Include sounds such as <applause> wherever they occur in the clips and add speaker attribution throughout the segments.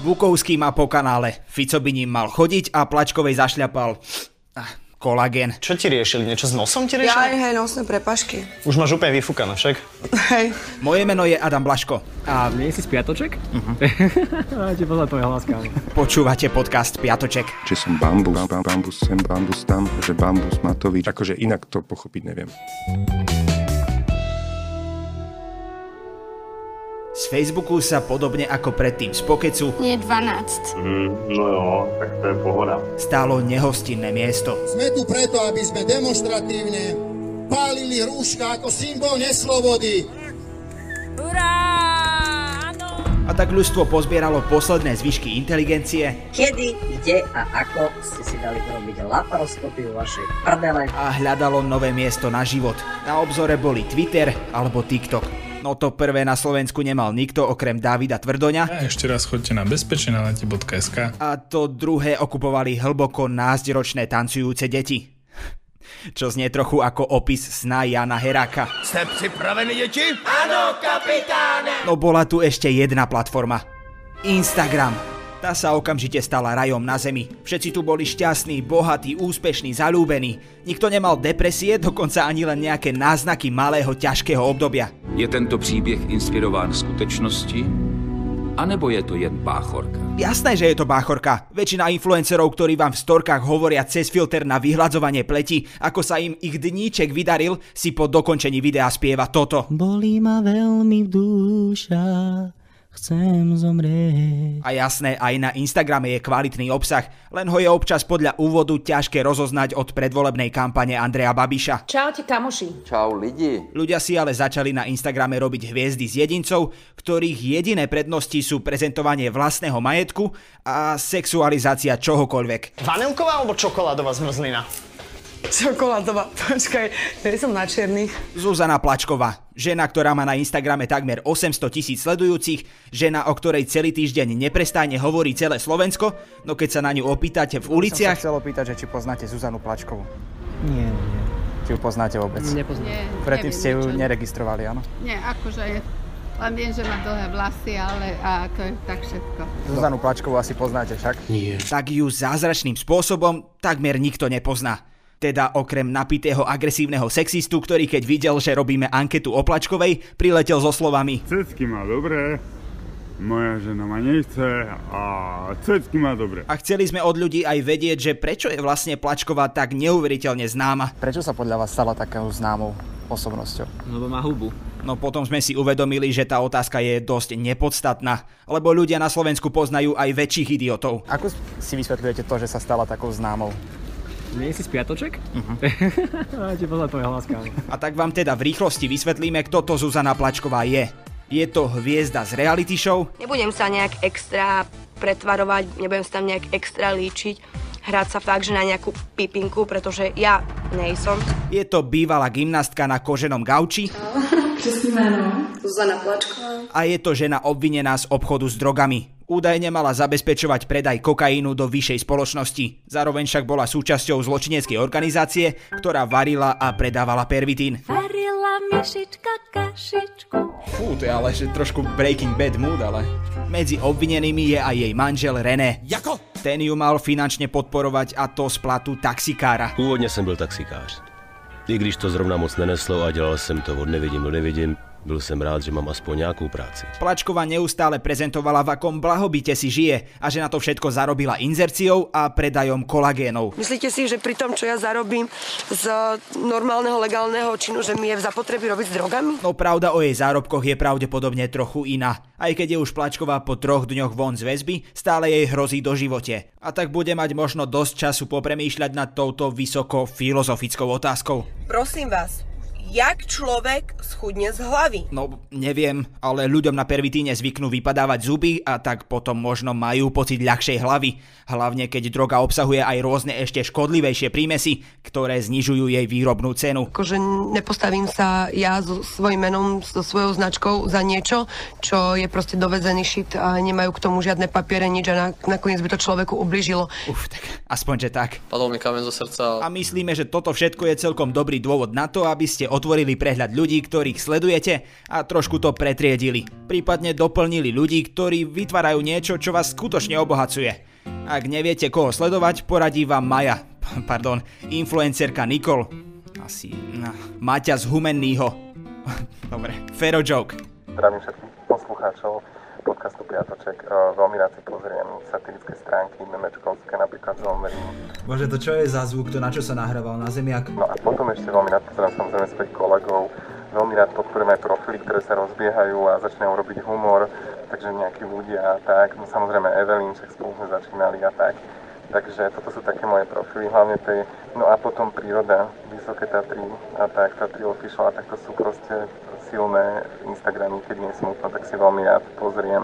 Speaker 1: Bukovský má po kanále. Fico by ním mal chodiť a Plačkovej zašľapal ah, kolagén.
Speaker 2: Čo ti riešili? Niečo s nosom ti
Speaker 3: Ja aj
Speaker 2: riešili?
Speaker 3: hej, nosné prepašky.
Speaker 2: Už máš úplne vyfúkané však.
Speaker 3: <laughs> Hej.
Speaker 1: Moje meno je Adam Blaško a
Speaker 4: Nie si spiatoček? Uh-huh. Ti pozná tvoje hlas, kámo.
Speaker 1: počúvate podcast Piatoček.
Speaker 5: Či som bambus, bam, bambus sem, bambus tam, že bambus Matovič. Akože inak to pochopiť neviem.
Speaker 1: Z Facebooku sa podobne ako predtým z Pokecu
Speaker 6: Mne je 12.
Speaker 7: Mm, no jo, tak to je pohoda.
Speaker 1: stálo nehostinné miesto.
Speaker 8: Sme tu preto, aby sme demonstratívne pálili rúška ako symbol neslobody.
Speaker 6: Hurá! Áno!
Speaker 1: A tak ľudstvo pozbieralo posledné zvyšky inteligencie
Speaker 9: Kedy, kde a ako ste si dali urobiť laparoskopiu vašej prdele?
Speaker 1: a hľadalo nové miesto na život. Na obzore boli Twitter alebo TikTok. No to prvé na Slovensku nemal nikto okrem Davida Tvrdoňa
Speaker 10: A ešte raz chodte na bezpečenalete.sk
Speaker 1: a to druhé okupovali hlboko názderočné tancujúce deti. Čo znie trochu ako opis sna Jana Heráka.
Speaker 8: Ste pripravení, deti?
Speaker 1: No bola tu ešte jedna platforma. Instagram. Tá sa okamžite stala rajom na zemi. Všetci tu boli šťastní, bohatí, úspešní, zalúbení. Nikto nemal depresie, dokonca ani len nejaké náznaky malého ťažkého obdobia.
Speaker 11: Je tento příběh inspirován skutečností? A nebo je to jen páchorka?
Speaker 1: Jasné, že je to báchorka. Väčšina influencerov, ktorí vám v storkách hovoria cez filter na vyhľadzovanie pleti, ako sa im ich dníček vydaril, si po dokončení videa spieva toto.
Speaker 4: Bolí ma veľmi duša, chcem zomrieť.
Speaker 1: A jasné, aj na Instagrame je kvalitný obsah, len ho je občas podľa úvodu ťažké rozoznať od predvolebnej kampane Andreja Babiša.
Speaker 6: Čaute kamoši.
Speaker 1: Ľudia si ale začali na Instagrame robiť hviezdy z jedincov, ktorých jediné prednosti sú prezentovanie vlastného majetku a sexualizácia čohokoľvek.
Speaker 2: Vanilková alebo čokoládová zmrzlina?
Speaker 3: Čokoládová. Počkaj, nie som na čiernych.
Speaker 1: Zuzana Plačková, žena, ktorá má na Instagrame takmer 800 tisíc sledujúcich, žena, o ktorej celý týždeň neprestajne hovorí celé Slovensko, no keď sa na ňu opýtate v uliciach... Som chcel opýtať, že či poznáte Zuzanu Plačkovú.
Speaker 4: Nie, nie.
Speaker 1: Či ju poznáte vôbec.
Speaker 4: Nepoznám.
Speaker 1: Predtým ste ju neregistrovali, áno?
Speaker 6: Nie, akože len viem, že má dlhé vlasy, ale a to je tak všetko.
Speaker 1: Zuzanu Plačkovú asi poznáte však. Nie. Tak ju zázračným spôsobom takmer nikto nepozná. Teda okrem napitého agresívneho sexistu, ktorý keď videl, že robíme anketu o Plačkovej, priletel so slovami
Speaker 7: Cecky má dobré, moja žena ma nechce a cecky má dobré.
Speaker 1: A chceli sme od ľudí aj vedieť, že prečo je vlastne Plačková tak neuveriteľne známa.
Speaker 8: Prečo sa podľa vás stala takou známou osobnosťou?
Speaker 4: Lebo má hubu.
Speaker 1: No potom sme si uvedomili, že tá otázka je dosť nepodstatná, lebo ľudia na Slovensku poznajú aj väčších idiotov.
Speaker 8: Ako si vysvetľujete to, že sa stala takou známou?
Speaker 4: Nie si spiatoček? <laughs> Uh-huh. Ti pozná tvoje hlas, kámo.
Speaker 1: Mhm. A tak vám teda v rýchlosti vysvetlíme, kto to Zuzana Plačková je. Je to hviezda z reality show,
Speaker 9: Nebudem sa nejak extra pretvarovať, nebudem sa tam nejak extra líčiť, hrať sa fakt, že na nejakú pipinku, pretože ja nejsom.
Speaker 1: je to bývalá gymnastka na koženom gauči
Speaker 3: Zuzana Plačková.
Speaker 1: a je to žena obvinená z obchodu s drogami. Údajne mala zabezpečovať predaj kokainu do vyššej spoločnosti. Zároveň však bola súčasťou zločineckej organizácie, ktorá varila a predávala pervitín.
Speaker 6: Varila myšička kašičku.
Speaker 1: Fú, to je ale že trošku Breaking Bad mood, ale... Medzi obvinenými je aj jej manžel René. Jako? Ten ju mal finančne podporovať a to z platu taxikára.
Speaker 7: Pôvodne som byl taxikář. I když to zrovna moc neneslo a dělal jsem to od nevidím do nevidím, byl jsem rád, že mám aspoň nějakou práci.
Speaker 1: Plačková neustále prezentovala, v akom blahobite si žije a že na to všetko zarobila inzerciou a predajom kolagénov.
Speaker 3: Myslíte si, že pri tom, čo ja zarobím z normálneho legálneho činu, že mi je v zapotreby robiť s drogami?
Speaker 1: No pravda o jej zárobkoch je pravdepodobne trochu iná. Aj keď je už Plačková po troch dňoch von z väzby, stále jej hrozí do živote. A tak bude mať možno dosť času popremýšľať nad touto vysoko filozofickou otázkou.
Speaker 9: Prosím vás, jak človek schudne z hlavy?
Speaker 1: No, neviem, ale ľuďom na pervitíne zvyknú vypadávať zuby a tak potom možno majú pocit ľahšej hlavy. Hlavne keď droga obsahuje aj rôzne ešte škodlivejšie prímesy, ktoré znižujú jej výrobnú cenu.
Speaker 3: Akože nepostavím sa ja so svojím menom, so svojou značkou za niečo, čo je proste dovezený šit a nemajú k tomu žiadne papiere, nič a na, nakoniec by to človeku ubližilo.
Speaker 1: Uf, tak aspoň, že tak.
Speaker 2: Padol mi kamen zo srdca.
Speaker 1: A myslíme, že toto všetko je celkom dobrý dôvod na to, aby ste o otvorili prehľad ľudí, ktorých sledujete a trošku to pretriedili. Prípadne doplnili ľudí, ktorí vytvárajú niečo, čo vás skutočne obohacuje. Ak neviete, koho sledovať, poradí vám Maja, <laughs> p- pardon, influencerka Nikol. Asi, no, Maťa z Humennýho. <laughs> Dobre, Fero joke.
Speaker 12: Zdravím všetkých poslucháčov podcastu Piatoček. Eh, Veľmi rád si pozriem satirické stránky memečkovské, napríklad z Omrinu.
Speaker 1: Bože, to čo je za zvuk, to na čo sa nahrával na zemiak?
Speaker 12: No a potom ešte veľmi rád pozerám samozrejme svojich kolegov. Veľmi rád podporujem aj profily, ktoré sa rozbiehajú a začínajú robiť humor, takže nejakí ľudia a tak. No samozrejme Evelyn, však spolu sme začínali a tak. Takže toto sú také moje profily, hlavne tej, no a potom príroda, Vysoké Tatry a tak, Tatry Official a tak to sú proste silné Instagramy, keď nie som smutno, tak si veľmi rád pozriem.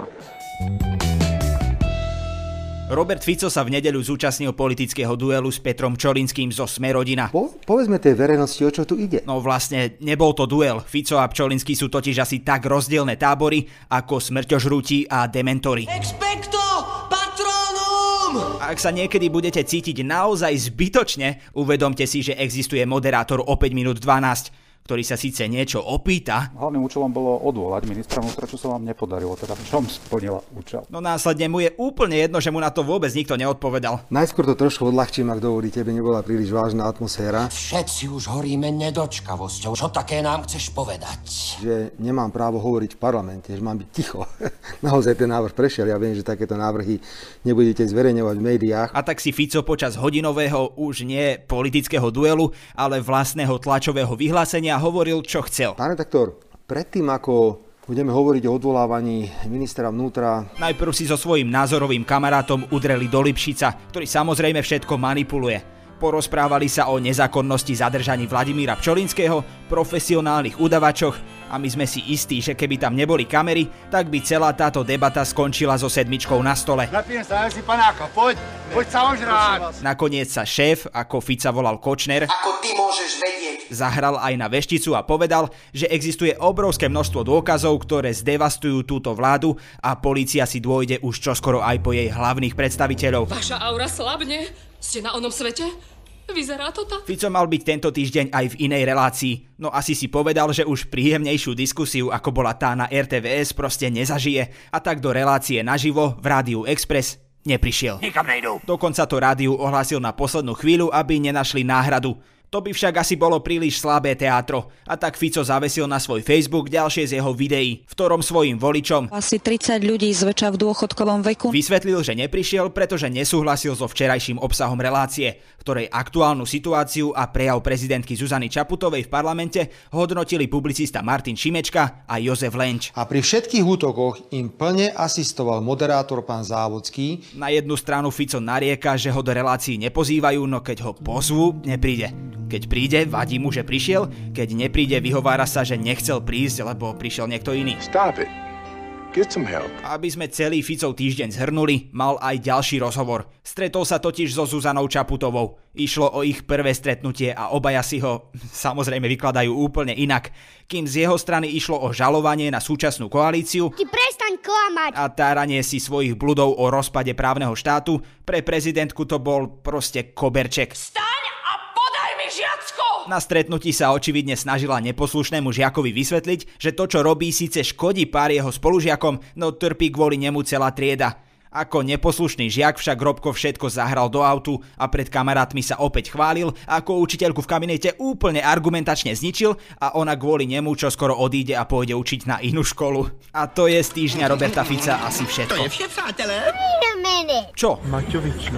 Speaker 1: Robert Fico sa v nedeľu zúčastnil politického duelu s Petrom Čolinským zo Smerodina. Po?
Speaker 13: Povedzme tej verejnosti, o čo tu ide.
Speaker 1: No vlastne, nebol to duel. Fico a Pčolinský sú totiž asi tak rozdielne tábory, ako smrťožrúti a dementori.
Speaker 14: Expecto patronum!
Speaker 1: Ak sa niekedy budete cítiť naozaj zbytočne, uvedomte si, že existuje moderátor o 5 minút 12, ktorý sa síce niečo opýta,
Speaker 15: Hlavným účelom bolo odvolať ministra vnútra, čo sa vám nepodarilo, teda v čom splnila účel.
Speaker 1: no následne mu je úplne jedno, že mu na to vôbec nikto neodpovedal.
Speaker 13: Najskôr to trošku odľahčím, ak dovolíte, by nebola príliš vážna atmosféra,
Speaker 14: Všetci už horíme nedočkavosťou. Čo také nám chceš povedať?
Speaker 13: že nemám právo hovoriť v parlamente, že mám byť ticho. <laughs> Naozaj ten návrh prešiel, ja viem, že takéto návrhy nebudete zverejňovať v médiách.
Speaker 1: A tak si Fico počas hodinového už nie politického duelu, ale vlastného tlačového vyhlásenia hovoril, čo chcel.
Speaker 13: Pán redaktor, predtým ako budeme hovoriť o odvolávaní ministra vnútra,
Speaker 1: Najprv si so svojím názorovým kamarátom udreli do Lipšica, ktorý samozrejme všetko manipuluje. Porozprávali sa o nezákonnosti zadržaní Vladimíra Pčolinského, profesionálnych udavačoch a my sme si istí, že keby tam neboli kamery, tak by celá táto debata skončila so sedmičkou na stole.
Speaker 16: Napijem sa, ja si panáka, poď, poď sa ožrať.
Speaker 1: Nakoniec sa šéf, ako Fica volal Kočner,
Speaker 14: Ako ty môžeš vedieť?
Speaker 1: zahral aj na vešticu a povedal, že existuje obrovské množstvo dôkazov, ktoré zdevastujú túto vládu a polícia si dôjde už čoskoro aj po jej hlavných predstaviteľov.
Speaker 17: Vaša aura slabne? Ste na onom svete? Vyzerá to tak?
Speaker 1: Fico mal byť tento týždeň aj v inej relácii, no asi si povedal, že už príjemnejšiu diskusiu ako bola tá na RTVS proste nezažije a tak do relácie naživo v Rádiu Express neprišiel.
Speaker 14: Nikam nejdu.
Speaker 1: Dokonca to rádiu ohlásil na poslednú chvíľu, aby nenašli náhradu. To by však asi bolo príliš slabé teatro a tak Fico zavesil na svoj Facebook ďalšie z jeho videí, v ktorom svojim voličom
Speaker 18: Asi 30 ľudí zväčša v dôchodkovom veku.
Speaker 1: Vysvetlil, že neprišiel, pretože nesúhlasil so včerajším obsahom relácie, v ktorej aktuálnu situáciu a prejav prezidentky Zuzany Čaputovej v parlamente hodnotili publicista Martin Šimečka a Jozef Lenč.
Speaker 19: A pri všetkých útokoch im plne asistoval moderátor pán Závodský.
Speaker 1: Na jednu stranu Fico narieka, že ho do relácií nepozývajú, no keď ho pozvú, nepríde. Keď príde, vadí mu, že prišiel, keď nepríde, vyhovára sa, že nechcel prísť, lebo prišiel niekto iný.
Speaker 20: Stop it. Get some help.
Speaker 1: Aby sme celý Ficov týždeň zhrnuli, mal aj ďalší rozhovor. Stretol sa totiž so Zuzanou Čaputovou. Išlo o ich prvé stretnutie a obaja si ho <laughs> samozrejme vykladajú úplne inak. Kým z jeho strany išlo o žalovanie na súčasnú koalíciu
Speaker 21: Prestaň klamať!
Speaker 1: a táranie si svojich bludov o rozpade právneho štátu, pre prezidentku to bol proste koberček.
Speaker 14: Staň a podaj mi žiacko!
Speaker 1: Na stretnutí sa očividne snažila neposlušnému žiakovi vysvetliť, že to, čo robí, síce škodí pár jeho spolužiakom, no trpí kvôli nemu celá trieda. Ako neposlušný žiak však Robko všetko zahral do autu a pred kamarátmi sa opäť chválil, ako učiteľku v kabinete úplne argumentačne zničil a ona kvôli nemu čo skoro odíde a pôjde učiť na inú školu. A to je z týždňa Roberta Fica asi všetko.
Speaker 14: přátelé.
Speaker 1: Čo? Maťovič,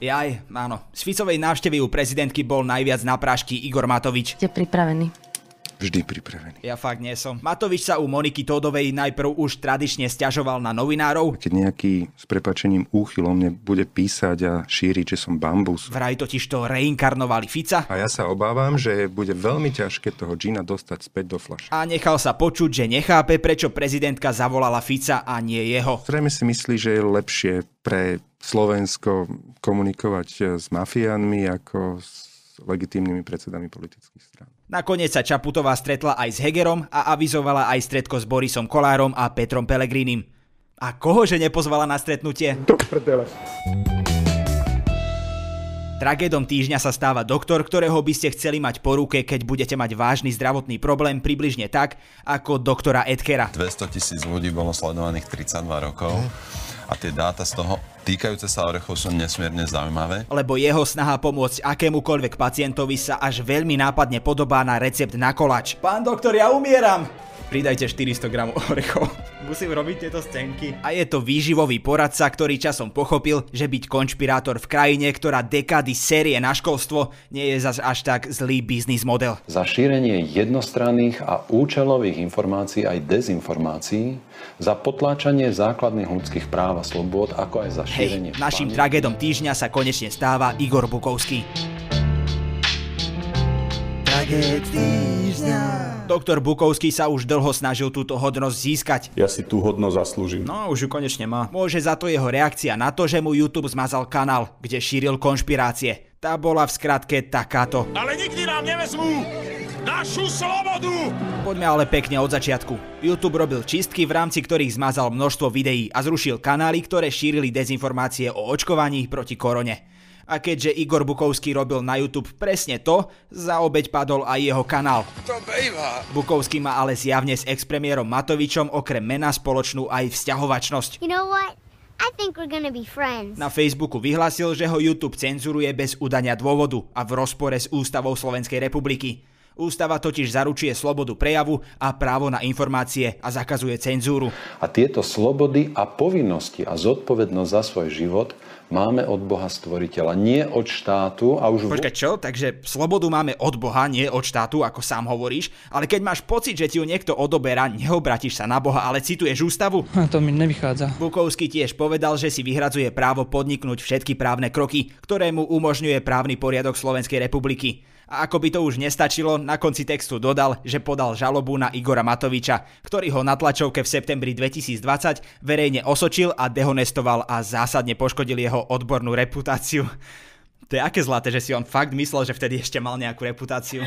Speaker 1: Jaj, áno. Z Ficovej návštevy u prezidentky bol najviac na prášky Igor Matovič.
Speaker 22: Ste pripravení?
Speaker 5: Vždy pripravený.
Speaker 1: Ja fakt nie som. Matovič sa u Moniky Todovej najprv už tradične stiažoval na novinárov,
Speaker 5: Keď nejaký s prepačením úchyl o mne bude písať a šíriť, že som bambus.
Speaker 1: vraj totiž to reinkarnovali Fica
Speaker 5: A ja sa obávam, že bude veľmi ťažké toho džina dostať späť do fľaše.
Speaker 1: a nechal sa počuť, že nechápe, prečo prezidentka zavolala Fica a nie jeho.
Speaker 5: Zrejme si myslí, že je lepšie pre Slovensko komunikovať eh, s mafiánmi ako s legitímnymi predsedami politických strán.
Speaker 1: Nakoniec sa Čaputová stretla aj s Hegerom a avizovala aj stretko s Borisom Kolárom a Petrom Pelegrinim. A koho že nepozvala na stretnutie?
Speaker 23: prdele.
Speaker 1: Tragédom týždňa sa stáva doktor, ktorého by ste chceli mať po ruke, keď budete mať vážny zdravotný problém približne tak, ako doktora Edkera.
Speaker 21: 200 tisíc ľudí bolo sledovaných 32 rokov
Speaker 12: Mhm.
Speaker 21: a tie dáta z toho týkajúce sa orechov sú nesmierne zaujímavé.
Speaker 1: Lebo jeho snaha pomôcť akémukoľvek pacientovi sa až veľmi nápadne podobá na recept na kolač. Pán doktor, ja umieram! Pridajte 400 g orechov. Musím robiť tieto stenky. A je to výživový poradca, ktorý časom pochopil, že byť konšpirátor v krajine, ktorá dekády série na školstvo, nie je zas až tak zlý biznis model.
Speaker 22: Za šírenie jednostranných a účelových informácií aj dezinformácií, za potláčanie základných ľudských práv a slobôd, ako aj za šírenie...
Speaker 1: Hej, našim tragédom týždňa sa konečne stáva Igor Bukovský. Tragéd týždňa. Doktor Bukovský sa už dlho snažil túto hodnosť získať.
Speaker 23: Ja si tú hodno zaslúžim.
Speaker 1: No, už ju konečne má. Môže za to jeho reakcia na to, že mu YouTube zmazal kanál, kde šíril konšpirácie. Tá bola v skratke takáto.
Speaker 24: Ale nikdy nám nevezmú našu slobodu!
Speaker 1: Poďme ale pekne od začiatku. YouTube robil čistky, v rámci ktorých zmazal množstvo videí a zrušil kanály, ktoré šírili dezinformácie o očkovaní proti korone. A keďže Igor Bukovský robil na YouTube presne to, za obeď padol aj jeho kanál.
Speaker 24: To bejva.
Speaker 1: Bukovský má ale zjavne s expremiérom Matovičom okrem mena spoločnú aj vzťahovačnosť.
Speaker 25: You know what? I think we're gonna be friends.
Speaker 1: Na Facebooku vyhlásil, že ho YouTube cenzuruje bez udania dôvodu a v rozpore s ústavou Slovenskej republiky. Ústava totiž zaručuje slobodu prejavu a právo na informácie a zakazuje cenzúru.
Speaker 22: A tieto slobody a povinnosti a zodpovednosť za svoj život máme od Boha stvoriteľa, nie od štátu a už...
Speaker 1: Počkaj, čo? Takže slobodu máme od Boha, nie od štátu, ako sám hovoríš, ale keď máš pocit, že ti ju niekto odoberá, neobratíš sa na Boha, ale cituješ ústavu?
Speaker 26: A to mi nevychádza.
Speaker 1: Bukovský tiež povedal, že si vyhradzuje právo podniknúť všetky právne kroky, ktoré mu umožňuje právny poriadok Slovenskej republiky. A ako by to už nestačilo, na konci textu dodal, že podal žalobu na Igora Matoviča, ktorý ho na tlačovke v septembri 2020 verejne osočil a dehonestoval a zásadne poškodil jeho odbornú reputáciu. To je aké zlaté, že si on fakt myslel, že vtedy ešte mal nejakú reputáciu.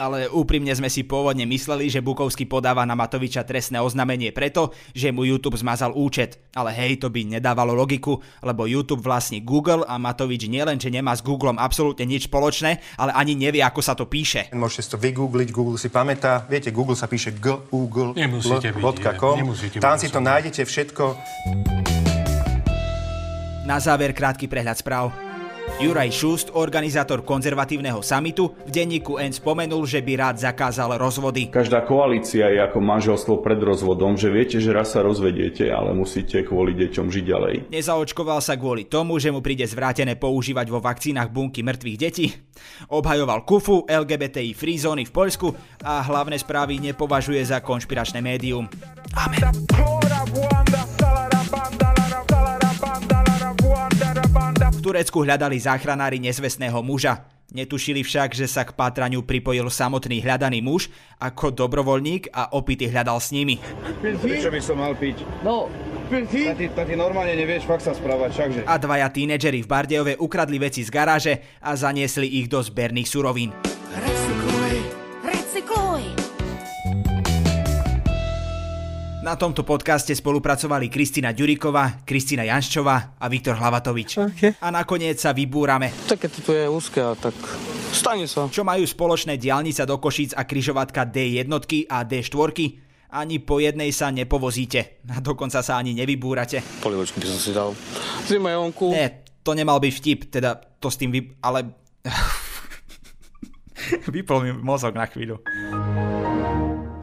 Speaker 1: Ale úprimne sme si pôvodne mysleli, že Bukovský podáva na Matoviča trestné oznámenie preto, že mu YouTube zmazal účet. Ale hej, to by nedávalo logiku, lebo YouTube vlastní Google a Matovič nielen, že nemá s Googlem absolútne nič spoločné, ale ani nevie, ako sa to píše.
Speaker 27: Môžete si to vygoogliť, Google si pamätá. Viete, Google sa píše google.com. Tam si to nájdete všetko.
Speaker 1: Na záver krátky prehľad správ. Juraj Šust, organizátor konzervatívneho samitu, v denníku N spomenul, že by rád zakázal rozvody.
Speaker 28: Každá koalícia je ako manželstvo pred rozvodom, že viete, že raz sa rozvediete, ale musíte kvôli deťom žiť ďalej.
Speaker 1: Nezaočkoval sa kvôli tomu, že mu príde zvrátené používať vo vakcínach bunky mŕtvych detí. Obhajoval KUFU, LGBTI free zóny v Poľsku a hlavné správy nepovažuje za konšpiračné médium. Amen. V Turecku hľadali záchranári nezvestného muža. Netušili však, že sa k pátraniu pripojil samotný hľadaný muž ako dobrovoľník a opity hľadal s nimi.
Speaker 29: Prečo by som mal piť? No, Tati, tati, normálne nevieš fakt sa správať, všakže.
Speaker 1: A dvaja tínedžeri v Bardejove ukradli veci z garáže a zaniesli ich do zberných surovín.
Speaker 30: Recykluj! Recykluj!
Speaker 1: Na tomto podcaste spolupracovali Kristina Ďuriková, Kristina Janščová a Viktor Hlavatovič. Okay. A nakoniec sa vybúrame.
Speaker 31: Tak keď tu je úzke, tak stane sa.
Speaker 1: Čo majú spoločné diálnica do Košíc a kryžovatka D1 a D4? Ani po jednej sa nepovozíte. A dokonca sa ani nevybúrate.
Speaker 31: Polivočky by som si dal. Zima jonku.
Speaker 1: Nie, to nemal byť vtip, teda to s tým vy... ale... <laughs> Vypol mi mozog na chvíľu.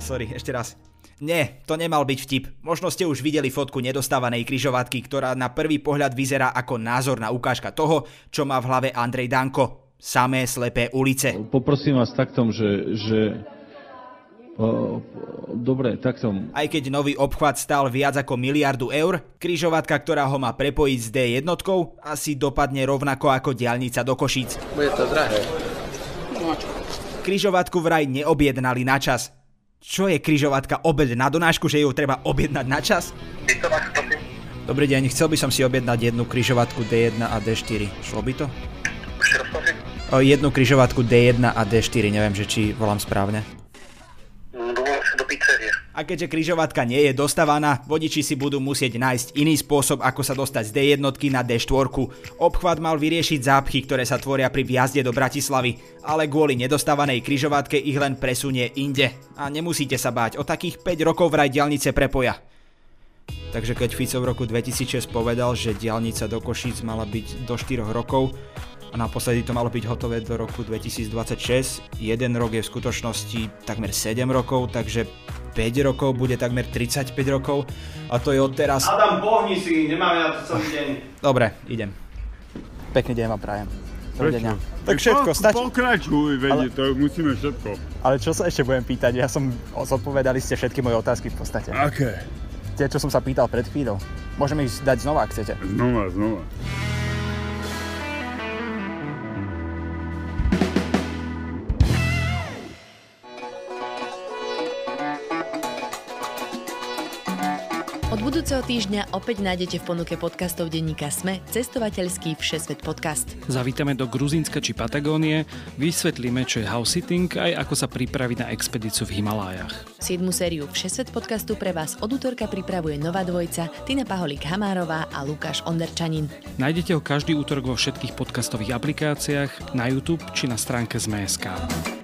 Speaker 1: Sorry, ešte raz. Nie, to nemal byť vtip. Možno ste už videli fotku nedostávanej kryžovatky, ktorá na prvý pohľad vyzerá ako názorná ukážka toho, čo má v hlave Andrej Danko. Samé slepé ulice.
Speaker 32: Poprosím vás taktom, že, že dobre, takto.
Speaker 1: Aj keď nový obchvat stál viac ako miliardu eur, kryžovatka, ktorá ho má prepojiť s D1, asi dopadne rovnako ako diálnica do Košíc.
Speaker 31: Bude to drahé.
Speaker 1: Kryžovatku vraj neobjednali na čas. Čo je kryžovatka obed na donášku, že ju treba objednať na čas? Dobrý deň, chcel by som si objednať jednu kryžovatku D1 a D4. Šlo by to? O, jednu kryžovatku D1 a D4, neviem, že či volám správne.
Speaker 33: No, do pizzerie.
Speaker 1: A keďže križovatka nie je dostávaná, vodiči si budú musieť nájsť iný spôsob, ako sa dostať z D1 na D4. Obchvat mal vyriešiť zápchy, ktoré sa tvoria pri vjazde do Bratislavy, ale kvôli nedostávanej križovatke ich len presunie inde. A nemusíte sa báť, o takých 5 rokov vraj diálnice prepoja. Takže keď Fico v roku 2006 povedal, že diálnica do Košíc mala byť do 4 rokov a naposledy to malo byť hotové do roku 2026, jeden rok je v skutočnosti takmer 7 rokov, takže 5 rokov bude takmer 35 rokov a to je od teraz...
Speaker 29: Adam, pohni si, nemáme na to celý deň.
Speaker 1: Dobre, idem. Pekný deň vám prajem. Dovidenia. Tak
Speaker 2: Veď
Speaker 1: všetko,
Speaker 2: po-
Speaker 1: stačí.
Speaker 2: Pokračuj, vedie,
Speaker 1: Ale-
Speaker 2: to musíme všetko.
Speaker 1: Ale čo sa ešte budem pýtať? Ja som, zodpovedali ste všetky moje otázky v podstate.
Speaker 2: Aké?
Speaker 1: Tie, čo som sa pýtal pred chvíľou. Môžeme ich dať znova, ak chcete.
Speaker 2: Znova, znova.
Speaker 3: Od budúceho týždňa opäť nájdete v ponuke podcastov denníka SME cestovateľský Všesvet podcast.
Speaker 4: Zavítame do Gruzínska či Patagónie, vysvetlíme, čo je house sitting aj ako sa pripraviť na expedíciu v Himalájach.
Speaker 3: 7. sériu Všesvet podcastu pre vás od útorka pripravuje nová dvojica Tina Paholik-Hamárová a Lukáš Onderčanin.
Speaker 4: Nájdete ho každý útorok vo všetkých podcastových aplikáciách, na YouTube či na stránke ZME.sk.